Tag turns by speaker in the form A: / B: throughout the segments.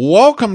A: Welcome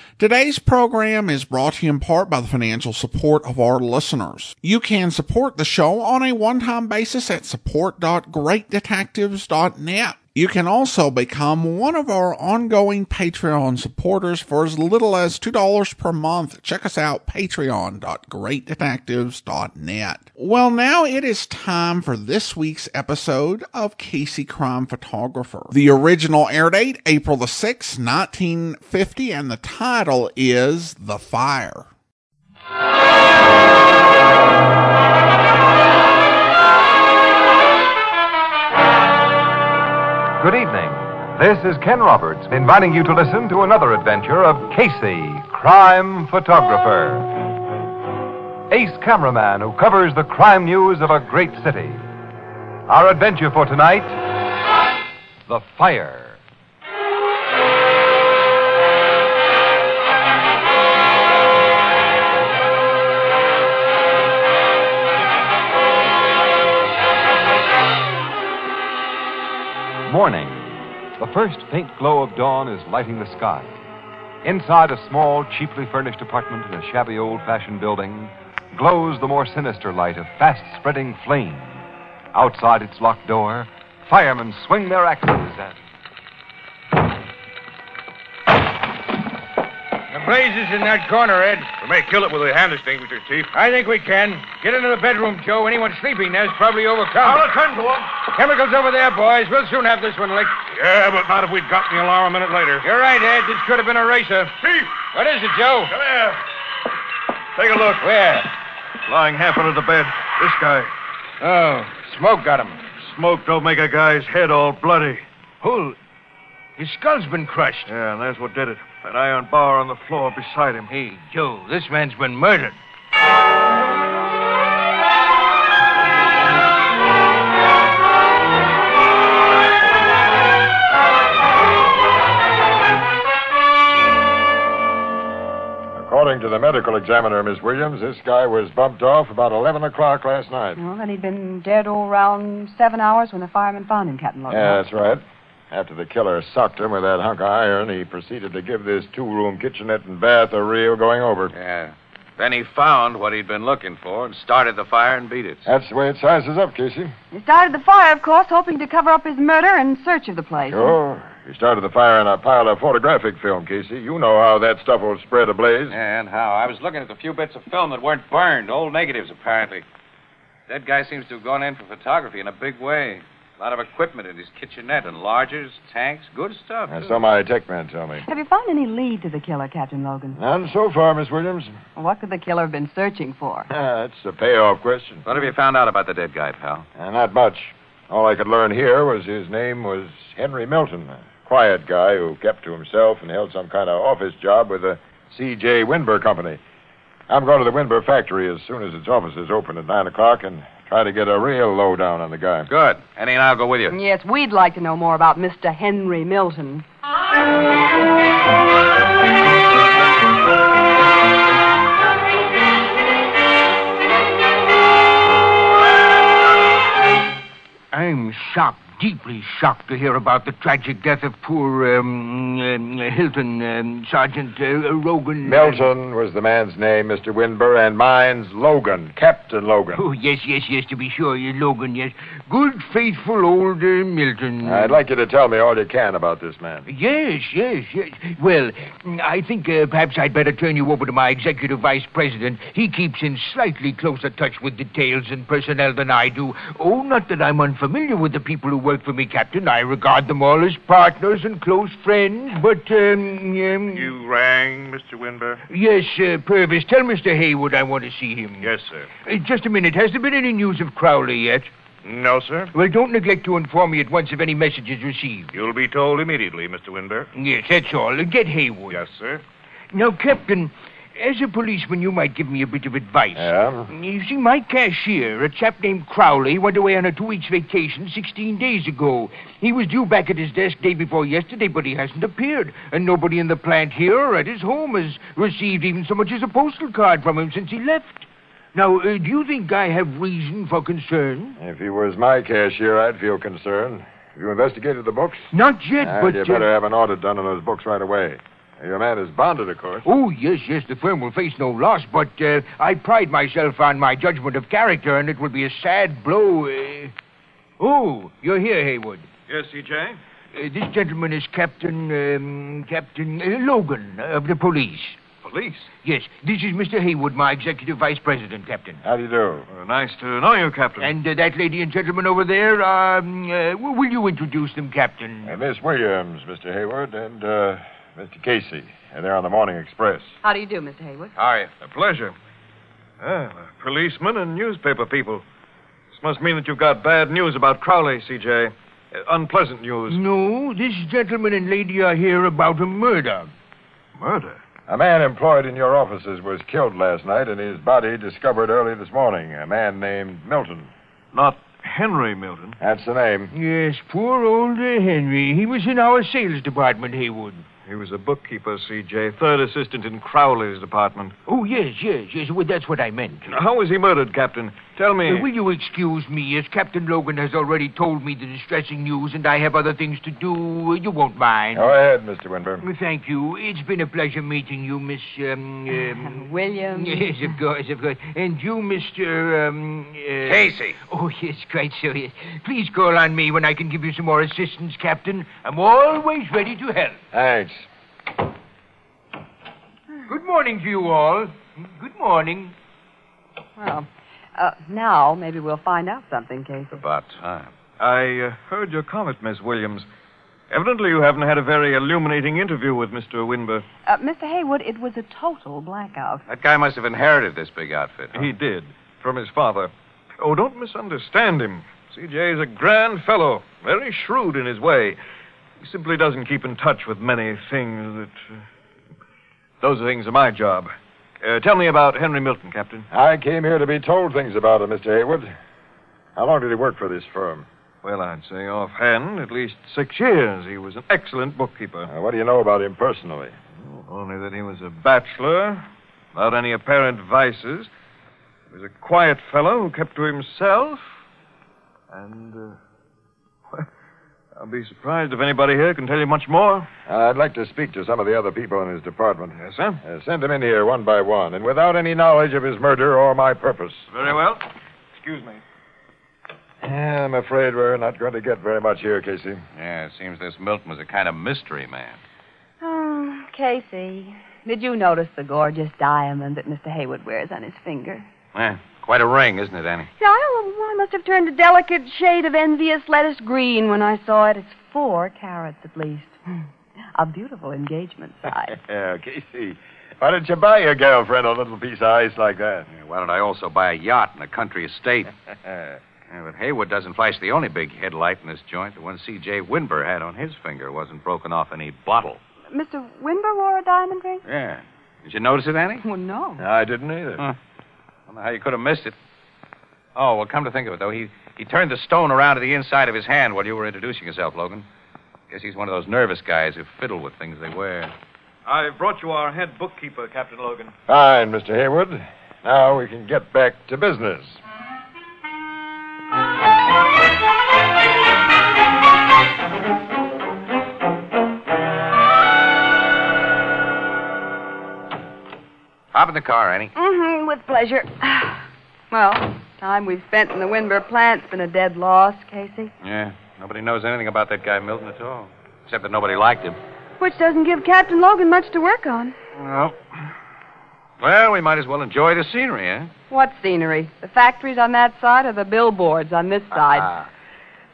A: Today's program is brought to you in part by the financial support of our listeners. You can support the show on a one-time basis at support.greatdetectives.net. You can also become one of our ongoing Patreon supporters for as little as $2 per month. Check us out, patreon.greatdetectives.net. Well, now it is time for this week's episode of Casey Crime Photographer. The original air date, April the 6th, 1950, and the title is The Fire.
B: Good evening. This is Ken Roberts inviting you to listen to another adventure of Casey, crime photographer. Ace cameraman who covers the crime news of a great city. Our adventure for tonight The Fire. Morning. The first faint glow of dawn is lighting the sky. Inside a small, cheaply furnished apartment in a shabby old fashioned building glows the more sinister light of fast spreading flame. Outside its locked door, firemen swing their axes at.
C: The blaze is in that corner, Ed.
D: We may kill it with a hand extinguisher, Chief.
C: I think we can. Get into the bedroom, Joe. Anyone sleeping there's probably overcome.
D: attend to him.
C: Chemicals over there, boys. We'll soon have this one licked.
D: Yeah, but not if we'd gotten the alarm a minute later.
C: You're right, Ed. This could have been a racer.
D: Chief,
C: What is it, Joe?
D: come here. Take a look.
C: Where?
D: Lying half under the bed. This guy.
C: Oh, smoke got him.
D: Smoke don't make a guy's head all bloody.
C: Who? His skull's been crushed.
D: Yeah, and that's what did it. That iron bar on the floor beside him.
C: Hey, Joe, this man's been murdered.
E: According to the medical examiner, Miss Williams, this guy was bumped off about 11 o'clock last night.
F: Well, then he'd been dead all round seven hours when the fireman found him, Captain Lawton.
E: Yeah, that's right. After the killer socked him with that hunk of iron, he proceeded to give this two room kitchenette and bath a real going over.
G: Yeah. Then he found what he'd been looking for and started the fire and beat it.
E: That's the way it sizes up, Casey.
F: He started the fire, of course, hoping to cover up his murder in search of the place.
E: Sure. He started the fire in a pile of photographic film, Casey. You know how that stuff will spread ablaze.
G: And how? I was looking at the few bits of film that weren't burned, old negatives, apparently. That guy seems to have gone in for photography in a big way. A lot of equipment in his kitchenette, enlargers, tanks, good stuff.
E: That's
G: too.
E: so my tech man tell me.
F: Have you found any lead to the killer, Captain Logan?
E: None so far, Miss Williams.
F: What could the killer have been searching for?
E: Ah, That's a payoff question.
G: What have you found out about the dead guy, pal?
E: Uh, not much. All I could learn here was his name was Henry Milton, a quiet guy who kept to himself and held some kind of office job with the C.J. Winburn Company. I'm going to the Winburn factory as soon as its offices open at 9 o'clock and try to get a real lowdown on the guy.
G: Good. Annie and I'll go with you.
F: Yes, we'd like to know more about Mr. Henry Milton.
C: I'm shocked, deeply shocked to hear about the tragic death of poor um, um, Hilton, um, Sergeant uh, Rogan.
E: Milton was the man's name, Mr. Winburn, and mine's Logan, Captain Logan.
C: Oh, yes, yes, yes, to be sure, you Logan, yes. Good, faithful old uh, Milton.
E: I'd like you to tell me all you can about this man.
C: Yes, yes, yes. Well, I think uh, perhaps I'd better turn you over to my executive vice president. He keeps in slightly closer touch with details and personnel than I do. Oh, not that I'm unfamiliar with the people who work for me, Captain. I regard them all as partners and close friends, but, um... um
D: You rang, Mr. Winburn?
C: Yes, uh, Purvis, tell Mr. Haywood I want to see him.
D: Yes, sir.
C: Uh, just a minute. Has there been any news of Crowley yet?
D: No, sir.
C: Well, don't neglect to inform me at once of any messages received.
D: You'll be told immediately, Mr. Winburn.
C: Yes, that's all. Get Haywood.
D: sir.
C: Now, Captain, As a policeman, you might give me a bit of advice.
E: Yeah?
C: You see, my cashier, a chap named Crowley, went away on a two weeks vacation 16 days ago. He was due back at his desk day before yesterday, but he hasn't appeared. And nobody in the plant here or at his home has received even so much as a postal card from him since he left. Now, uh, do you think I have reason for concern?
E: If he was my cashier, I'd feel concerned. Have you investigated the books?
C: Not yet,
E: Ah,
C: but.
E: you
C: uh,
E: better have an audit done on those books right away. Your man is bonded, of course.
C: Oh, yes, yes, the firm will face no loss, but uh, I pride myself on my judgment of character, and it will be a sad blow. Uh... Oh, you're here, Haywood.
D: Yes, C.J.?
C: Uh, this gentleman is Captain um, Captain uh, Logan of the police.
D: Police.
C: Yes, this is Mr. Haywood, my executive vice president, Captain.
E: How do you do?
D: Uh, nice to know you, Captain.
C: And uh, that lady and gentleman over there, um, uh, w- will you introduce them, Captain?
E: Uh, Miss Williams, Mr. Hayward, and uh, Mr. Casey. And they're on the Morning Express.
F: How do you do, Mr. Hayward?
G: How are you?
D: A pleasure. Ah, policemen and newspaper people. This must mean that you've got bad news about Crowley, C.J. Uh, unpleasant news.
C: No, this gentleman and lady are here about a murder.
D: Murder?
E: A man employed in your offices was killed last night, and his body discovered early this morning. A man named Milton.
D: Not Henry Milton.
E: That's the name.
C: Yes, poor old uh, Henry. He was in our sales department, Haywood.
D: He was a bookkeeper, C.J., third assistant in Crowley's department.
C: Oh, yes, yes, yes. Well, that's what I meant.
D: Now, How was he murdered, Captain? Tell me.
C: Uh, will you excuse me? As Captain Logan has already told me the distressing news and I have other things to do, uh, you won't mind.
E: Go ahead, Mr. Winburn.
C: Uh, Thank you. It's been a pleasure meeting you, Miss. Um, um,
F: Williams.
C: Yes, of course, of course. And you, Mr. Um, uh,
G: Casey.
C: Oh, yes, quite so, yes. Please call on me when I can give you some more assistance, Captain. I'm always ready to help.
E: Thanks.
C: Good morning to you all. Good morning.
F: Well, uh, now maybe we'll find out something, Casey.
G: About time.
D: I uh, heard your comment, Miss Williams. Evidently, you haven't had a very illuminating interview with Mr. Winber.
F: Uh, Mr. Hayward, it was a total blackout.
G: That guy must have inherited this big outfit. huh?
D: He did, from his father. Oh, don't misunderstand him. CJ is a grand fellow, very shrewd in his way. He simply doesn't keep in touch with many things that. Uh, those things are my job. Uh, tell me about Henry Milton, Captain.
E: I came here to be told things about him, Mr. Hayward. How long did he work for this firm?
D: Well, I'd say offhand, at least six years. He was an excellent bookkeeper.
E: Uh, what do you know about him personally?
D: Only that he was a bachelor, without any apparent vices. He was a quiet fellow who kept to himself. And, uh, well, I'll be surprised if anybody here can tell you much more.
E: I'd like to speak to some of the other people in his department.
D: Yes, sir.
E: Uh, send him in here one by one, and without any knowledge of his murder or my purpose.
D: Very well. Excuse me.
E: Yeah, I'm afraid we're not going to get very much here, Casey.
G: Yeah, it seems this Milton was a kind of mystery man.
F: Oh, Casey, did you notice the gorgeous diamond that Mr. Hayward wears on his finger?
G: Eh, quite a ring, isn't it, Annie?
F: Yeah, I, I must have turned a delicate shade of envious lettuce green when I saw it. It's four carats at least. A beautiful engagement size.
E: Yeah, Casey. Why didn't you buy your girlfriend a little piece of ice like that?
G: Yeah, why don't I also buy a yacht and a country estate? Yeah, but Haywood doesn't flash the only big headlight in this joint. The one C.J. Winber had on his finger wasn't broken off any bottle.
F: Mr. Winber Uh, wore a diamond ring?
G: Yeah. Did you notice it, Annie?
F: Well, no.
E: I didn't either.
G: Huh. I don't know how you could have missed it. Oh, well, come to think of it, though, he, he turned the stone around to the inside of his hand while you were introducing yourself, Logan. Guess he's one of those nervous guys who fiddle with things they wear.
D: I've brought you our head bookkeeper, Captain Logan.
E: Fine, Mr. Hayward. Now we can get back to business.
G: Hop in the car, Annie.
F: Mm-hmm, with pleasure. well, time we've spent in the Winber plant's been a dead loss, Casey.
G: Yeah. Nobody knows anything about that guy Milton at all, except that nobody liked him.
F: Which doesn't give Captain Logan much to work on.
G: Well, well, we might as well enjoy the scenery, eh?
F: What scenery? The factories on that side or the billboards on this side?
G: Ah.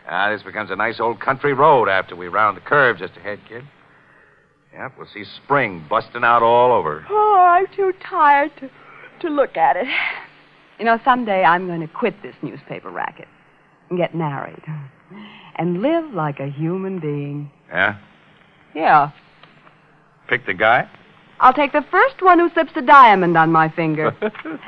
G: Ah, this becomes a nice old country road after we round the curve just ahead, kid. Yep, we'll see spring busting out all over.
F: Oh, I'm too tired to, to look at it. You know, someday I'm going to quit this newspaper racket and get married and live like a human being.
G: Yeah?
F: Yeah.
G: Pick the guy?
F: I'll take the first one who slips a diamond on my finger.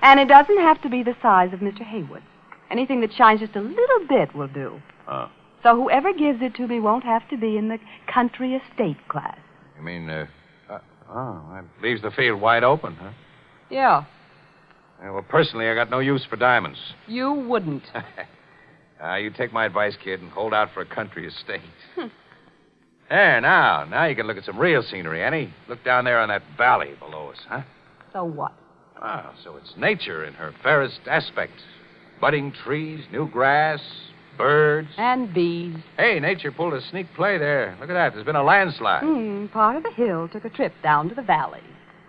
F: and it doesn't have to be the size of Mr. Haywood's. Anything that shines just a little bit will do.
G: Oh.
F: So whoever gives it to me won't have to be in the country estate class.
G: You mean, uh, uh, oh, that leaves the field wide open, huh?
F: Yeah,
G: Yeah, well, personally, I got no use for diamonds.
F: you wouldn't.
G: Uh, you take my advice, kid, and hold out for a country estate. there, now. Now you can look at some real scenery, Annie. Look down there on that valley below us, huh?
F: So what?
G: Wow, Ah, so it's nature in her fairest aspect. Budding trees, new grass, birds.
F: And bees.
G: Hey, nature pulled a sneak play there. Look at that. There's been a landslide.
F: Hmm, part of the hill took a trip down to the valley.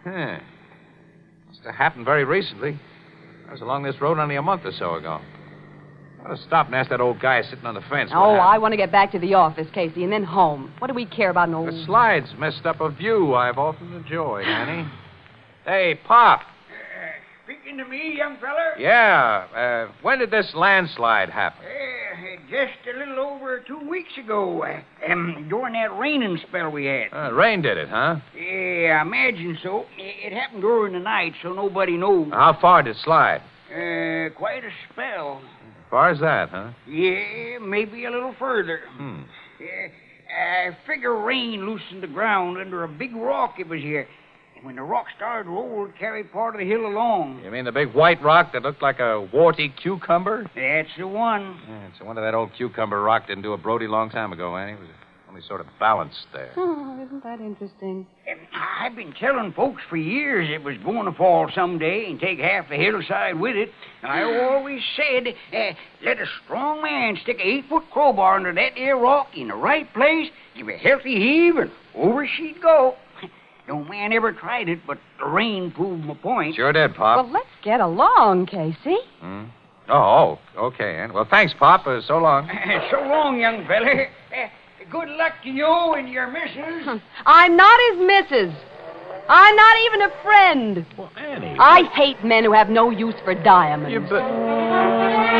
G: Huh. Must have happened very recently. I was along this road only a month or so ago. I'd have stopped and asked that old guy sitting on the fence. what
F: Oh,
G: happened.
F: I want to get back to the office, Casey, and then home. What do we care about an old...
G: The slides messed up a view I've often enjoyed, Annie. hey, Pop.
H: Speaking to me, young feller?
G: Yeah. Uh, when did this landslide happen?
H: Eh, just a little over two weeks ago, uh, um, during that raining spell we had.
G: Uh, rain did it, huh?
H: Yeah, I imagine so. I- It happened during the night, so nobody knows.
G: How far did it slide?
H: Uh, quite a spell.
G: Far as that, huh?
H: Yeah, maybe a little further.
G: Hmm.
H: Yeah, I figure rain loosened the ground under a big rock it was here. And when the rock started to roll, it carried part of the hill along.
G: You mean the big white rock that looked like a warty cucumber?
H: That's the one.
G: Yeah, it's a wonder that old cucumber rock didn't do a Brody long time ago, Annie. It was only sort of balanced there.
F: Oh, isn't that interesting?
H: And I've been telling folks for years it was going to fall someday and take half the hillside with it. I always said, uh, let a strong man stick an eight-foot crowbar under that there rock in the right place, give a healthy heave, and over she'd go. No man ever tried it, but the rain proved my point.
G: Sure did, Pop.
F: Well, let's get along, Casey.
G: Hmm? Oh, oh, okay, Annie. Well, thanks, Pop. Uh, so long.
H: so long, young feller. Uh, good luck to you and your missus.
F: I'm not his missus. I'm not even a friend.
I: Well, Annie.
F: I hate men who have no use for diamonds.
I: You bet.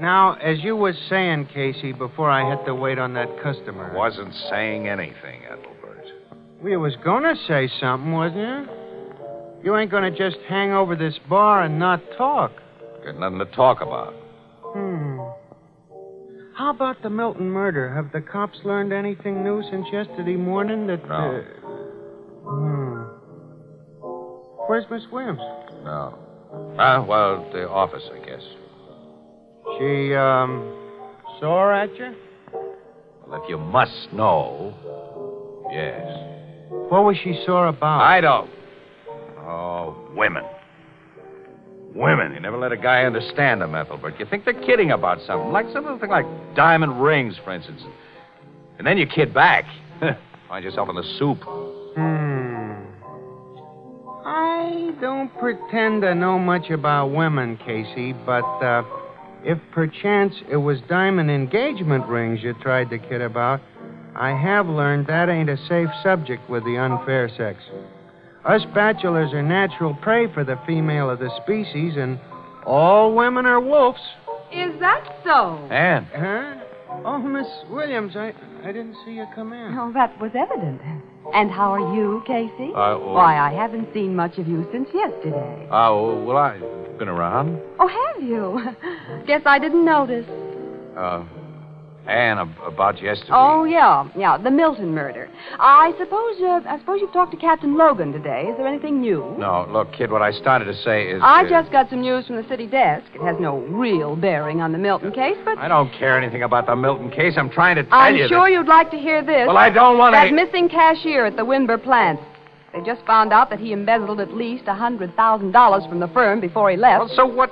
J: Now, as you was saying, Casey, before I had to wait on that customer.
G: Wasn't saying anything, Ethelbert.
J: We was gonna say something, wasn't you? You ain't gonna just hang over this bar and not talk.
G: Got nothing to talk about.
J: Hmm. How about the Milton murder? Have the cops learned anything new since yesterday morning that.
G: No.
J: Uh, hmm. Where's Miss Williams?
G: No. Ah, well, the office, I guess.
J: She, um, sore at you?
G: Well, if you must know. Yes.
J: What was she sore about?
G: I don't. Oh, women. Women. You never let a guy understand them, Ethelbert. You think they're kidding about something, like something like diamond rings, for instance. And then you kid back. Find yourself in the soup. Uh,
J: Hmm. I don't pretend to know much about women, Casey, but uh, if perchance it was diamond engagement rings you tried to kid about, I have learned that ain't a safe subject with the unfair sex. Us bachelors are natural prey for the female of the species, and all women are wolves.
F: Is that so?
G: And
J: Huh? Oh, Miss Williams, I, I didn't see you come in.
F: Oh, that was evident. And how are you, Casey?
G: Uh, oh.
F: Why, I haven't seen much of you since yesterday.
G: Oh, well, I've been around.
F: Oh, have you? Guess I didn't notice.
G: Uh, Anne, ab- about yesterday.
F: Oh, yeah, yeah, the Milton murder. I suppose uh, I suppose you've talked to Captain Logan today. Is there anything new?
G: No, look, kid, what I started to say is.
F: I
G: uh,
F: just got some news from the city desk. It has no real bearing on the Milton case, but
G: I don't care anything about the Milton case. I'm trying to tell
F: I'm
G: you.
F: sure
G: that-
F: you'd like to hear this.
G: Well, I don't want
F: That
G: to.
F: missing cashier at the Winber plant. They just found out that he embezzled at least a $100,000 from the firm before he left.
G: Well, so what?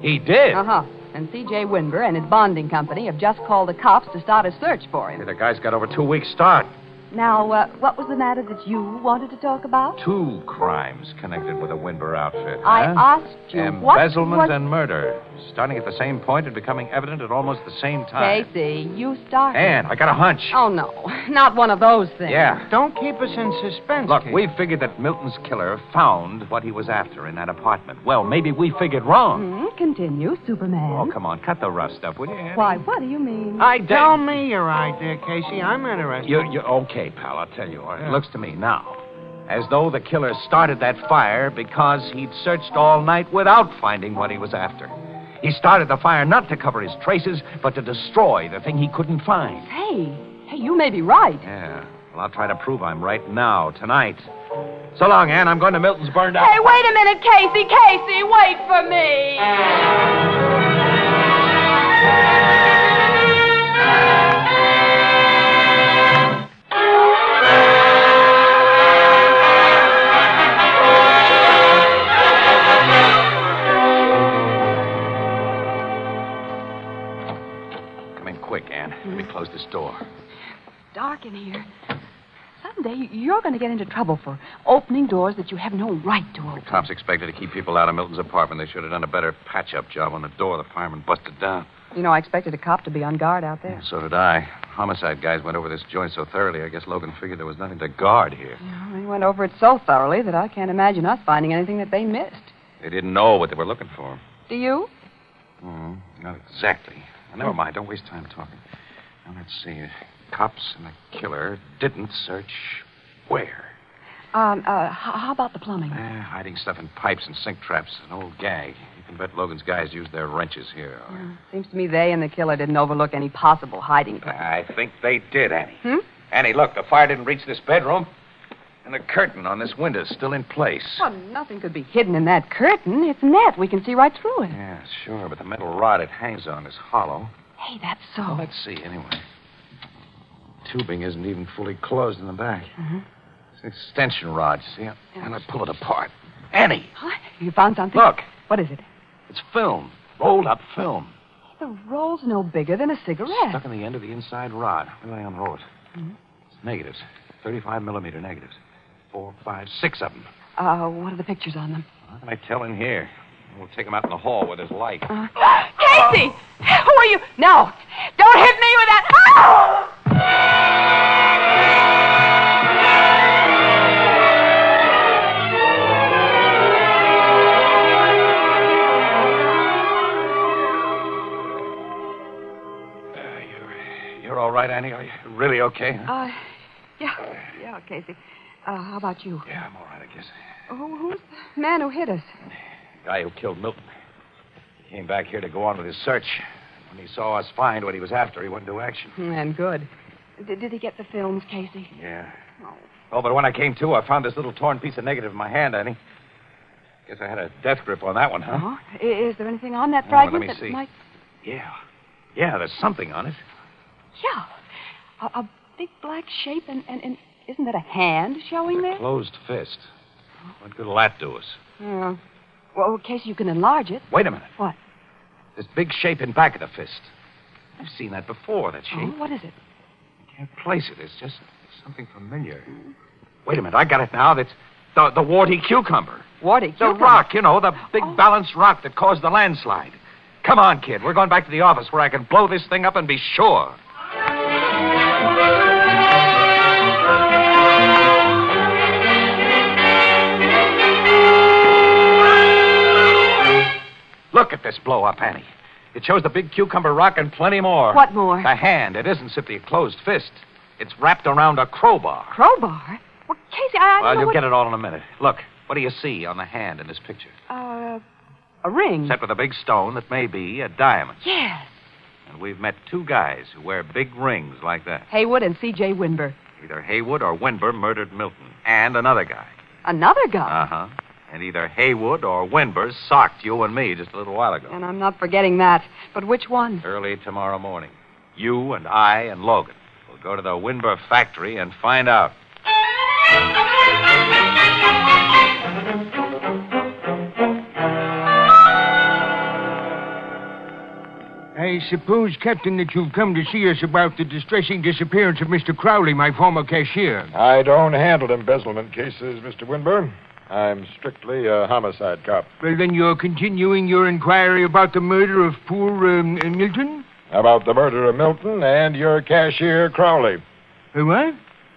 G: He did.
F: Uh huh. And C.J. Winber and his bonding company have just called the cops to start a search for
G: Hey,
F: him.
G: The guy's got over two weeks' start.
F: Now, uh, what was the matter that you wanted to talk about?
G: Two crimes connected with the Winber outfit.
F: I
G: huh?
F: asked you. what
G: Embezzlement
F: was...
G: and murder, starting at the same point and becoming evident at almost the same time.
F: Casey, you started.
G: Ann, I got a hunch.
F: Oh, no. Not one of those things.
G: yeah.
J: Don't keep us in suspense.
G: Look,
J: Casey.
G: we figured that Milton's killer found what he was after in that apartment. Well, maybe we figured wrong.
F: Hmm, continue, Superman.
G: Oh, come on, cut the rough stuff, will you, Ann?
F: Why, what do you mean?
J: I tell me your idea, Casey. I'm interested.
G: You, you, okay, pal, I'll tell you. It looks to me now as though the killer started that fire because he'd searched all night without finding what he was after. He started the fire not to cover his traces, but to destroy the thing he couldn't find.
F: Hey, hey, you may be right.
G: Yeah. Well, I'll try to prove I'm right now, tonight. So long, Ann. I'm going to Milton's burned out.
F: Hey, wait a minute, Casey. Casey, wait for me.
G: Come in quick, Ann. Let me close this door.
F: Dark in here. Someday you're going to get into trouble for opening doors that you have no right to open.
G: Cops expected to keep people out of Milton's apartment. They should have done a better patch-up job on the door the fireman busted down.
F: You know, I expected a cop to be on guard out there.
G: So did I. Homicide guys went over this joint so thoroughly, I guess Logan figured there was nothing to guard here.
F: Well, They went over it so thoroughly that I can't imagine us finding anything that they missed.
G: They didn't know what they were looking for.
F: Do you?
G: Mm, not exactly. Well, never mind. Don't waste time talking. Now, let's see. Cops and the killer didn't search where?
F: Um, uh, h- how about the plumbing?
G: Eh, hiding stuff in pipes and sink traps. An old gag. You can bet Logan's guys used their wrenches here.
F: Seems to me they and the killer didn't overlook any possible hiding place.
G: I think they did, Annie.
F: Hmm?
G: Annie, look, the fire didn't reach this bedroom. And the curtain on this window's still in place.
F: Well, nothing could be hidden in that curtain. It's net. We can see right through it.
G: Yeah, sure, but the metal rod it hangs on is hollow.
F: Hey, that's so.
G: Well, let's see, anyway. Tubing isn't even fully closed in the back.
F: Hmm?
G: It's an extension rod, see? it? And I pull it apart. Annie,
F: What? You found something?
G: look,
F: What is it?
G: it's film. Rolled up film.
F: The roll's no bigger than a cigarette.
G: Stuck in the end of the inside rod. Where did I unroll it?
F: Mm-hmm.
G: It's negatives. 35 millimeter negatives. Four, five, six of them.
F: Uh, what are the pictures on them?
G: How can I tell in here? We'll take them out in the hall where there's light.
F: Uh-huh. Casey! Who are you? No! Don't hit me with that!
G: Uh, you're, you're all right, Annie? Are you really okay? huh?
F: Uh, yeah, yeah, Casey. Uh, how about you?
G: Yeah, I'm all right, I guess.
F: Who, who's the man who hit us?
G: guy who killed Milton. He came back here to go on with his search. When he saw us find what he was after, he went into action.
F: And good. Did, did he get the films, Casey?
G: Yeah. Oh, but when I came to, I found this little torn piece of negative in my hand, Annie. Guess I had a death grip on that one, huh?
F: Oh, i- is there anything on that
G: Oh, let
F: fragment
G: me
F: that
G: see.
F: might?
G: Yeah. Yeah, there's something on it.
F: Yeah, a, a big black shape, and, and, and isn't that a hand showing
G: A
F: there?
G: closed fist. What good will that do us?
F: Yeah. Well, Casey, you can enlarge it.
G: Wait a minute.
F: What?
G: This big shape in back of the fist. I've seen that before, that shape.
F: Oh, what is it?
G: can't place it. It's just something familiar. Wait a minute. I got it now. That's the, the warty cucumber.
F: Warty.
G: The
F: cucumber.
G: rock, you know, the big
F: Oh.
G: balanced rock that caused the landslide. Come on, kid. We're going back to the office where I can blow this thing up and be sure. Look at this blow up, Annie. It shows the big cucumber rock and plenty more.
F: What more?
G: The hand. It isn't simply a closed fist. It's wrapped around a crowbar.
F: Crowbar. Well, Casey, I, I don't
G: Well,
F: know
G: you'll
F: what...
G: get it all in a minute. Look, what do you see on the hand in this picture?
F: Uh, a ring.
G: Set with a big stone that may be a diamond.
F: Yes.
G: And we've met two guys who wear big rings like that.
F: Haywood and C.J. Winber.
G: Either Haywood or Winber murdered Milton, and another guy.
F: Another guy.
G: Uh huh. And either Haywood or Winber socked you and me just a little while ago.
F: and I'm not forgetting that. But which one?
G: Early tomorrow morning, you and I and Logan will go to the Winber factory and find out.
J: Hey,
C: I suppose, Captain, that you've come to see us about the distressing disappearance of Mr. Crowley, my former cashier.
E: I don't handle embezzlement cases, Mr. Winburn. I'm strictly a homicide cop.
C: Well, then you're continuing your inquiry about the murder of poor um, uh, Milton?
E: About the murder of Milton and your cashier, Crowley.
C: Uh, what?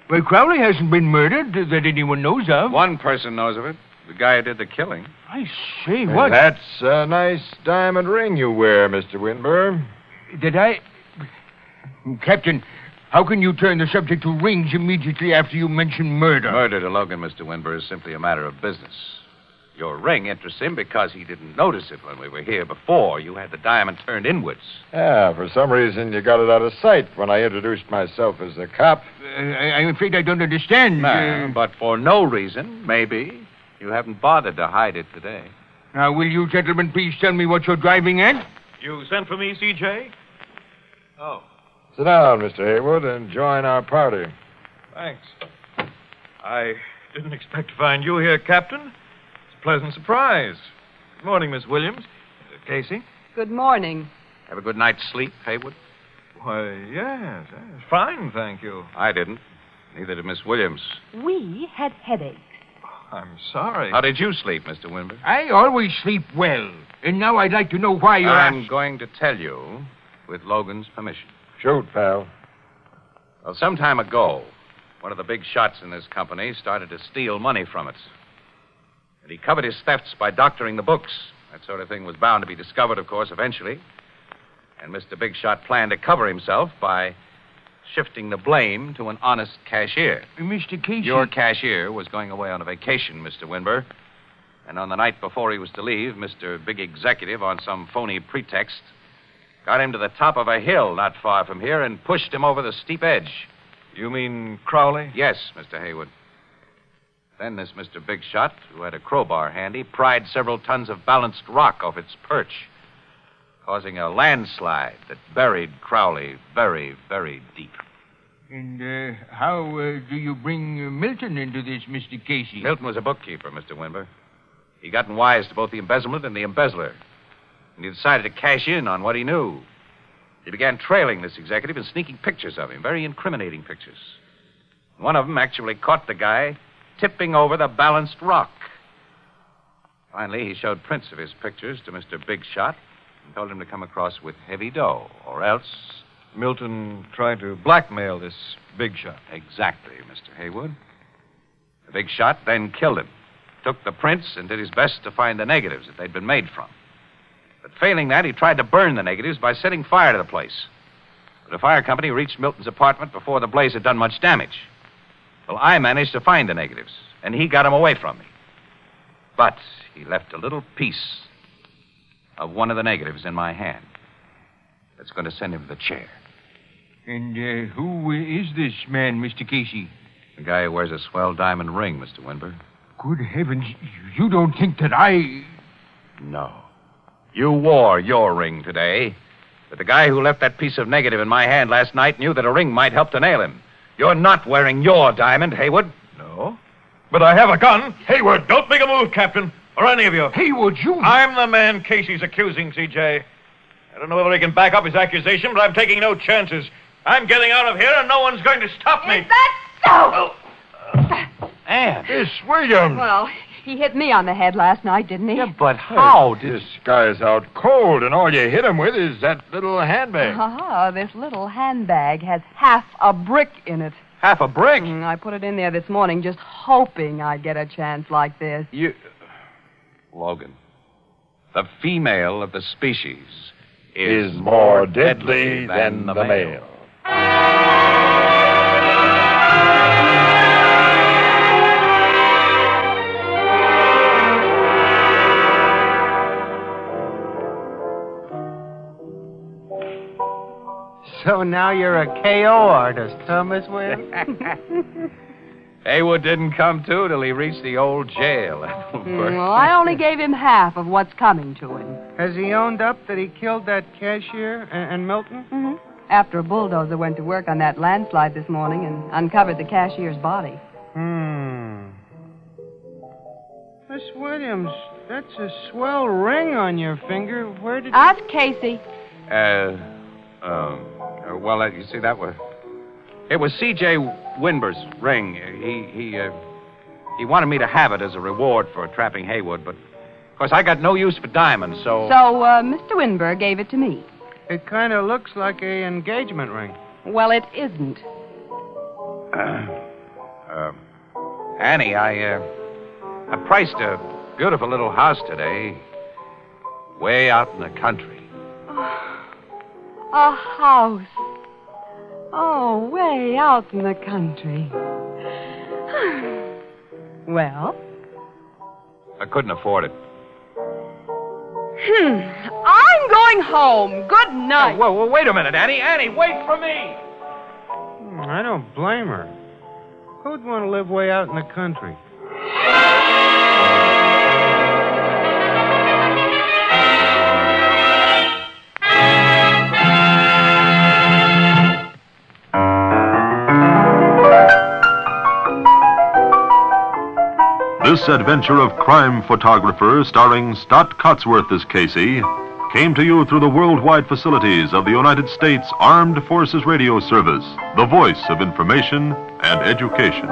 C: Well, Crowley hasn't been murdered uh, that anyone knows of.
G: One person knows of it. The guy who did the killing.
C: I say, what?
E: That's a nice diamond ring you wear, Mr. Winburn.
C: Did I. Mm, Captain, how can you turn the subject to rings immediately after you mention murder?
G: Murder to Logan, Mr. Winburn, is simply a matter of business. Your ring interests him because he didn't notice it when we were here before. You had the diamond turned inwards.
E: Yeah, for some reason you got it out of sight when I introduced myself as a cop.
C: Uh, I, I'm afraid I don't understand.
G: No,
C: uh,
G: but for no reason, maybe, you haven't bothered to hide it today.
C: now, will you gentlemen please tell me what you're driving at?
D: You sent for me, CJ?
G: Oh,
E: Sit down, Mr. Haywood, and join our party.
D: Thanks. I didn't expect to find you here, Captain. It's a pleasant surprise. Good morning, Miss Williams. Uh, Casey?
F: Good morning.
G: have a good night's sleep, Haywood?
D: Why, yes, yes. Fine, thank you.
G: I didn't. Neither did Miss Williams.
F: We had headaches.
D: I'm sorry.
G: How did you sleep, Mr. Winburn?
C: I always sleep well, and now I'd like to know why you're.
E: Ah.
G: I'm going to tell you with Logan's permission.
E: Shoot, pal.
G: Well, some time ago, one of the big shots in this company started to steal money from us. And he covered his thefts by doctoring the books. That sort of thing was bound to be discovered, of course, eventually. And Mr. Big Shot planned to cover himself by shifting the blame to an honest cashier.
C: Mr. Casey.
G: Your cashier was going away on a vacation, Mr. Winburn. And on the night before he was to leave, Mr. Big Executive, on some phony pretext, got him to the top of a hill not far from here and pushed him over the steep edge.
D: You mean Crowley?
G: Yes, Mr. Haywood. Then this Mr. Big Shot, who had a crowbar handy, pried several tons of balanced rock off its perch, causing a landslide that buried Crowley very, very deep.
C: And uh, how uh, do you bring uh, Milton into this, Mr. Casey?
G: Milton was a bookkeeper, Mr. Winber. He gotten wise to both the embezzlement and the embezzler. And he decided to cash in on what he knew. He began trailing this executive and sneaking pictures of him, very incriminating pictures. One of them actually caught the guy tipping over the balanced rock. Finally, he showed prints of his pictures to Mr. Big Shot and told him to come across with heavy dough, or else
D: Milton tried to blackmail this big shot.
G: Exactly, Mr. Haywood. The big shot then killed him, took the prints, and did his best to find the negatives that they'd been made from. But failing that, he tried to burn the negatives by setting fire to the place. But the fire company reached Milton's apartment before the blaze had done much damage. Well, I managed to find the negatives, and he got 'em away from me. But he left a little piece of one of the negatives in my hand. That's going to send him to the chair.
C: And uh, who is this man, Mr. Casey?
G: The guy who wears a swell diamond ring, Mr. Winburn.
C: Good heavens, you don't think that I.
G: No. You wore your ring today, but the guy who left that piece of negative in my hand last night knew that a ring might help to nail him. You're not wearing your diamond, Haywood.
D: No? But I have a gun. Hayward, don't make a move, Captain, or any of you.
C: Haywood, you.
D: I'm the man Casey's accusing, CJ. I don't know whether he can back up his accusation, but I'm taking no chances. I'm getting out of here, and no one's going to stop me. uh,
F: Is that so?
G: And
E: Miss Williams!
F: Well, he hit me on the head last night, didn't he?
G: but how
E: This guy's out cold, and all you hit him with is that little handbag.
F: Ah, this little handbag has half a brick in it.
G: half a brick?
F: Mm, I put it in there this morning just hoping I'd get a chance like this.
G: You Logan. The female of the species
E: Is more deadly than the male.
J: So now you're a KO artist, huh, Miss Williams?
G: Haywood didn't come to till he reached the old jail.
F: Mm, well, I only gave him half of what's coming to him.
J: Has he owned up that he killed that cashier and, and Milton?
F: Mm-hmm. After a bulldozer went to work on that landslide this morning and uncovered the cashier's body.
J: Hmm. Miss Williams, that's a swell ring on your finger. Where did
F: Ask Casey.
G: Uh, Um, uh, well, uh, you see, that was. It was C.J. Winber's ring. He he uh, he wanted me to have it as a reward for trapping Haywood, but of course I got no use for diamonds, so.
F: So, uh, Mr. Winburg gave it to me.
J: It kind of looks like a engagement ring.
F: Well, it isn't.
G: uh, Um, Annie, I uh, I priced a beautiful little house today, way out in the country.
F: A house. Oh, way out in the country. well,
G: I couldn't afford it.
F: Hmm. I'm going home. Good night.
G: Oh, Whoa, whoa, wait a minute, Annie, Annie, wait for me.
J: Hmm, I don't blame her. Who'd want to live way out in the country?
K: This adventure of crime photographer starring Stott Cotsworth as Casey came to you through the worldwide facilities of the United States Armed Forces Radio Service, the voice of information and education.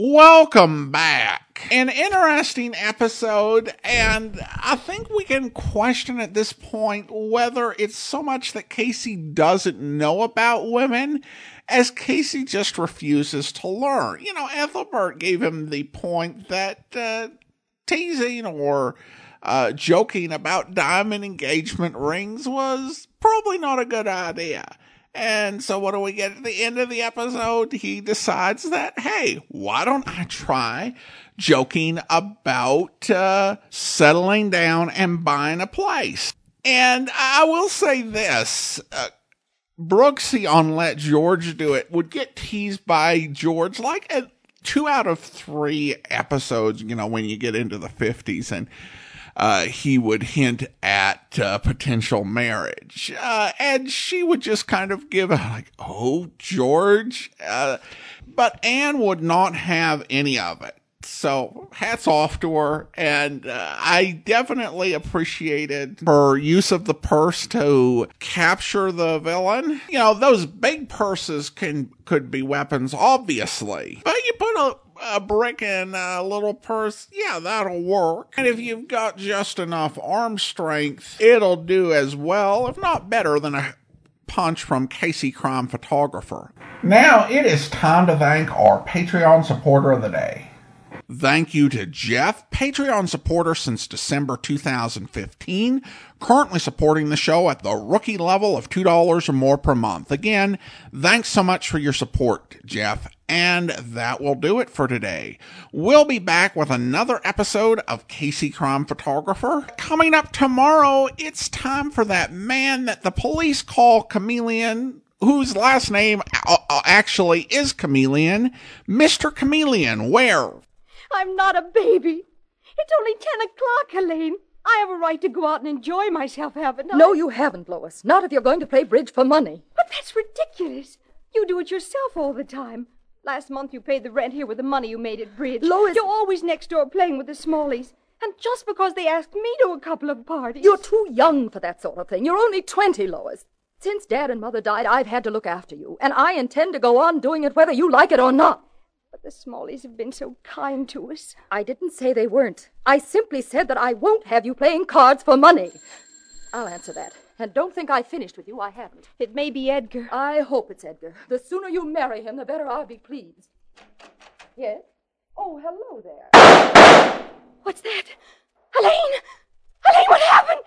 A: Welcome back. An interesting episode, and I think we can question at this point whether it's so much that Casey doesn't know about women as Casey just refuses to learn. You know, Ethelbert gave him the point that uh, teasing or uh, joking about diamond engagement rings was probably not a good idea. And so, what do we get at the end of the episode? He decides that, hey, why don't I try joking about uh, settling down and buying a place? And I will say this uh, Brooksy on Let George Do It would get teased by George like at two out of three episodes, you know, when you get into the 50s. And uh, he would hint at uh, potential marriage. Uh, and she would just kind of give a, like, oh, George. Uh, but Anne would not have any of it. So hats off to her. And uh, I definitely appreciated her use of the purse to capture the villain. You know, those big purses can could be weapons, obviously. But you put a a brick in a little purse, yeah, that'll work. And if you've got just enough arm strength, it'll do as well, if not better than a punch from Casey Crime Photographer. Now it is time to thank our Patreon supporter of the day. Thank you to Jeff, Patreon supporter since December 2015, currently supporting the show at the rookie level of $2 or more per month. Again, thanks so much for your support, Jeff. And that will do it for today. We'll be back with another episode of Casey Crime Photographer. Coming up tomorrow, it's time for that man that the police call Chameleon whose last name uh, uh, actually is Chameleon, Mr. Chameleon, where?
L: I'm not a baby. It's only ten o'clock, Helene. I have a right to go out and enjoy myself, haven't I?
M: No, you haven't, Lois. Not if you're going to play bridge for money.
L: But that's ridiculous. You do it yourself all the time. Last month you paid the rent here with the money you made at bridge.
M: Lois-
L: You're always next door playing with the smallies. And just because they asked me to a couple of parties.
M: You're too young for that sort of thing. You're only 20, Lois. Since Dad and Mother died, I've had to look after you, and I intend to go on doing it whether you like it or not.
L: But the Smalleys have been so kind to us.
M: I didn't say they weren't. I simply said that I won't have you playing cards for money. I'll answer that. And don't think I finished with you. I haven't.
L: It may be Edgar.
M: I hope it's Edgar. The sooner you marry him, the better I'll be pleased. Yes? Oh, hello there.
L: What's that? Helene! Helene, what happened?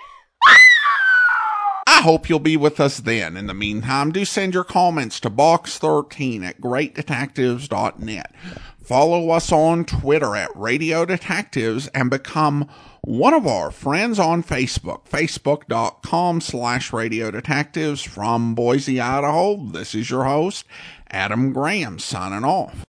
A: I hope you'll be with us then. In the meantime, do send your comments to box13 at greatdetectives.net. Follow us on Twitter at Radio Detectives and become one of our friends on Facebook, facebook.com slash radio detectives from Boise, Idaho. This is your host, Adam Graham, signing off.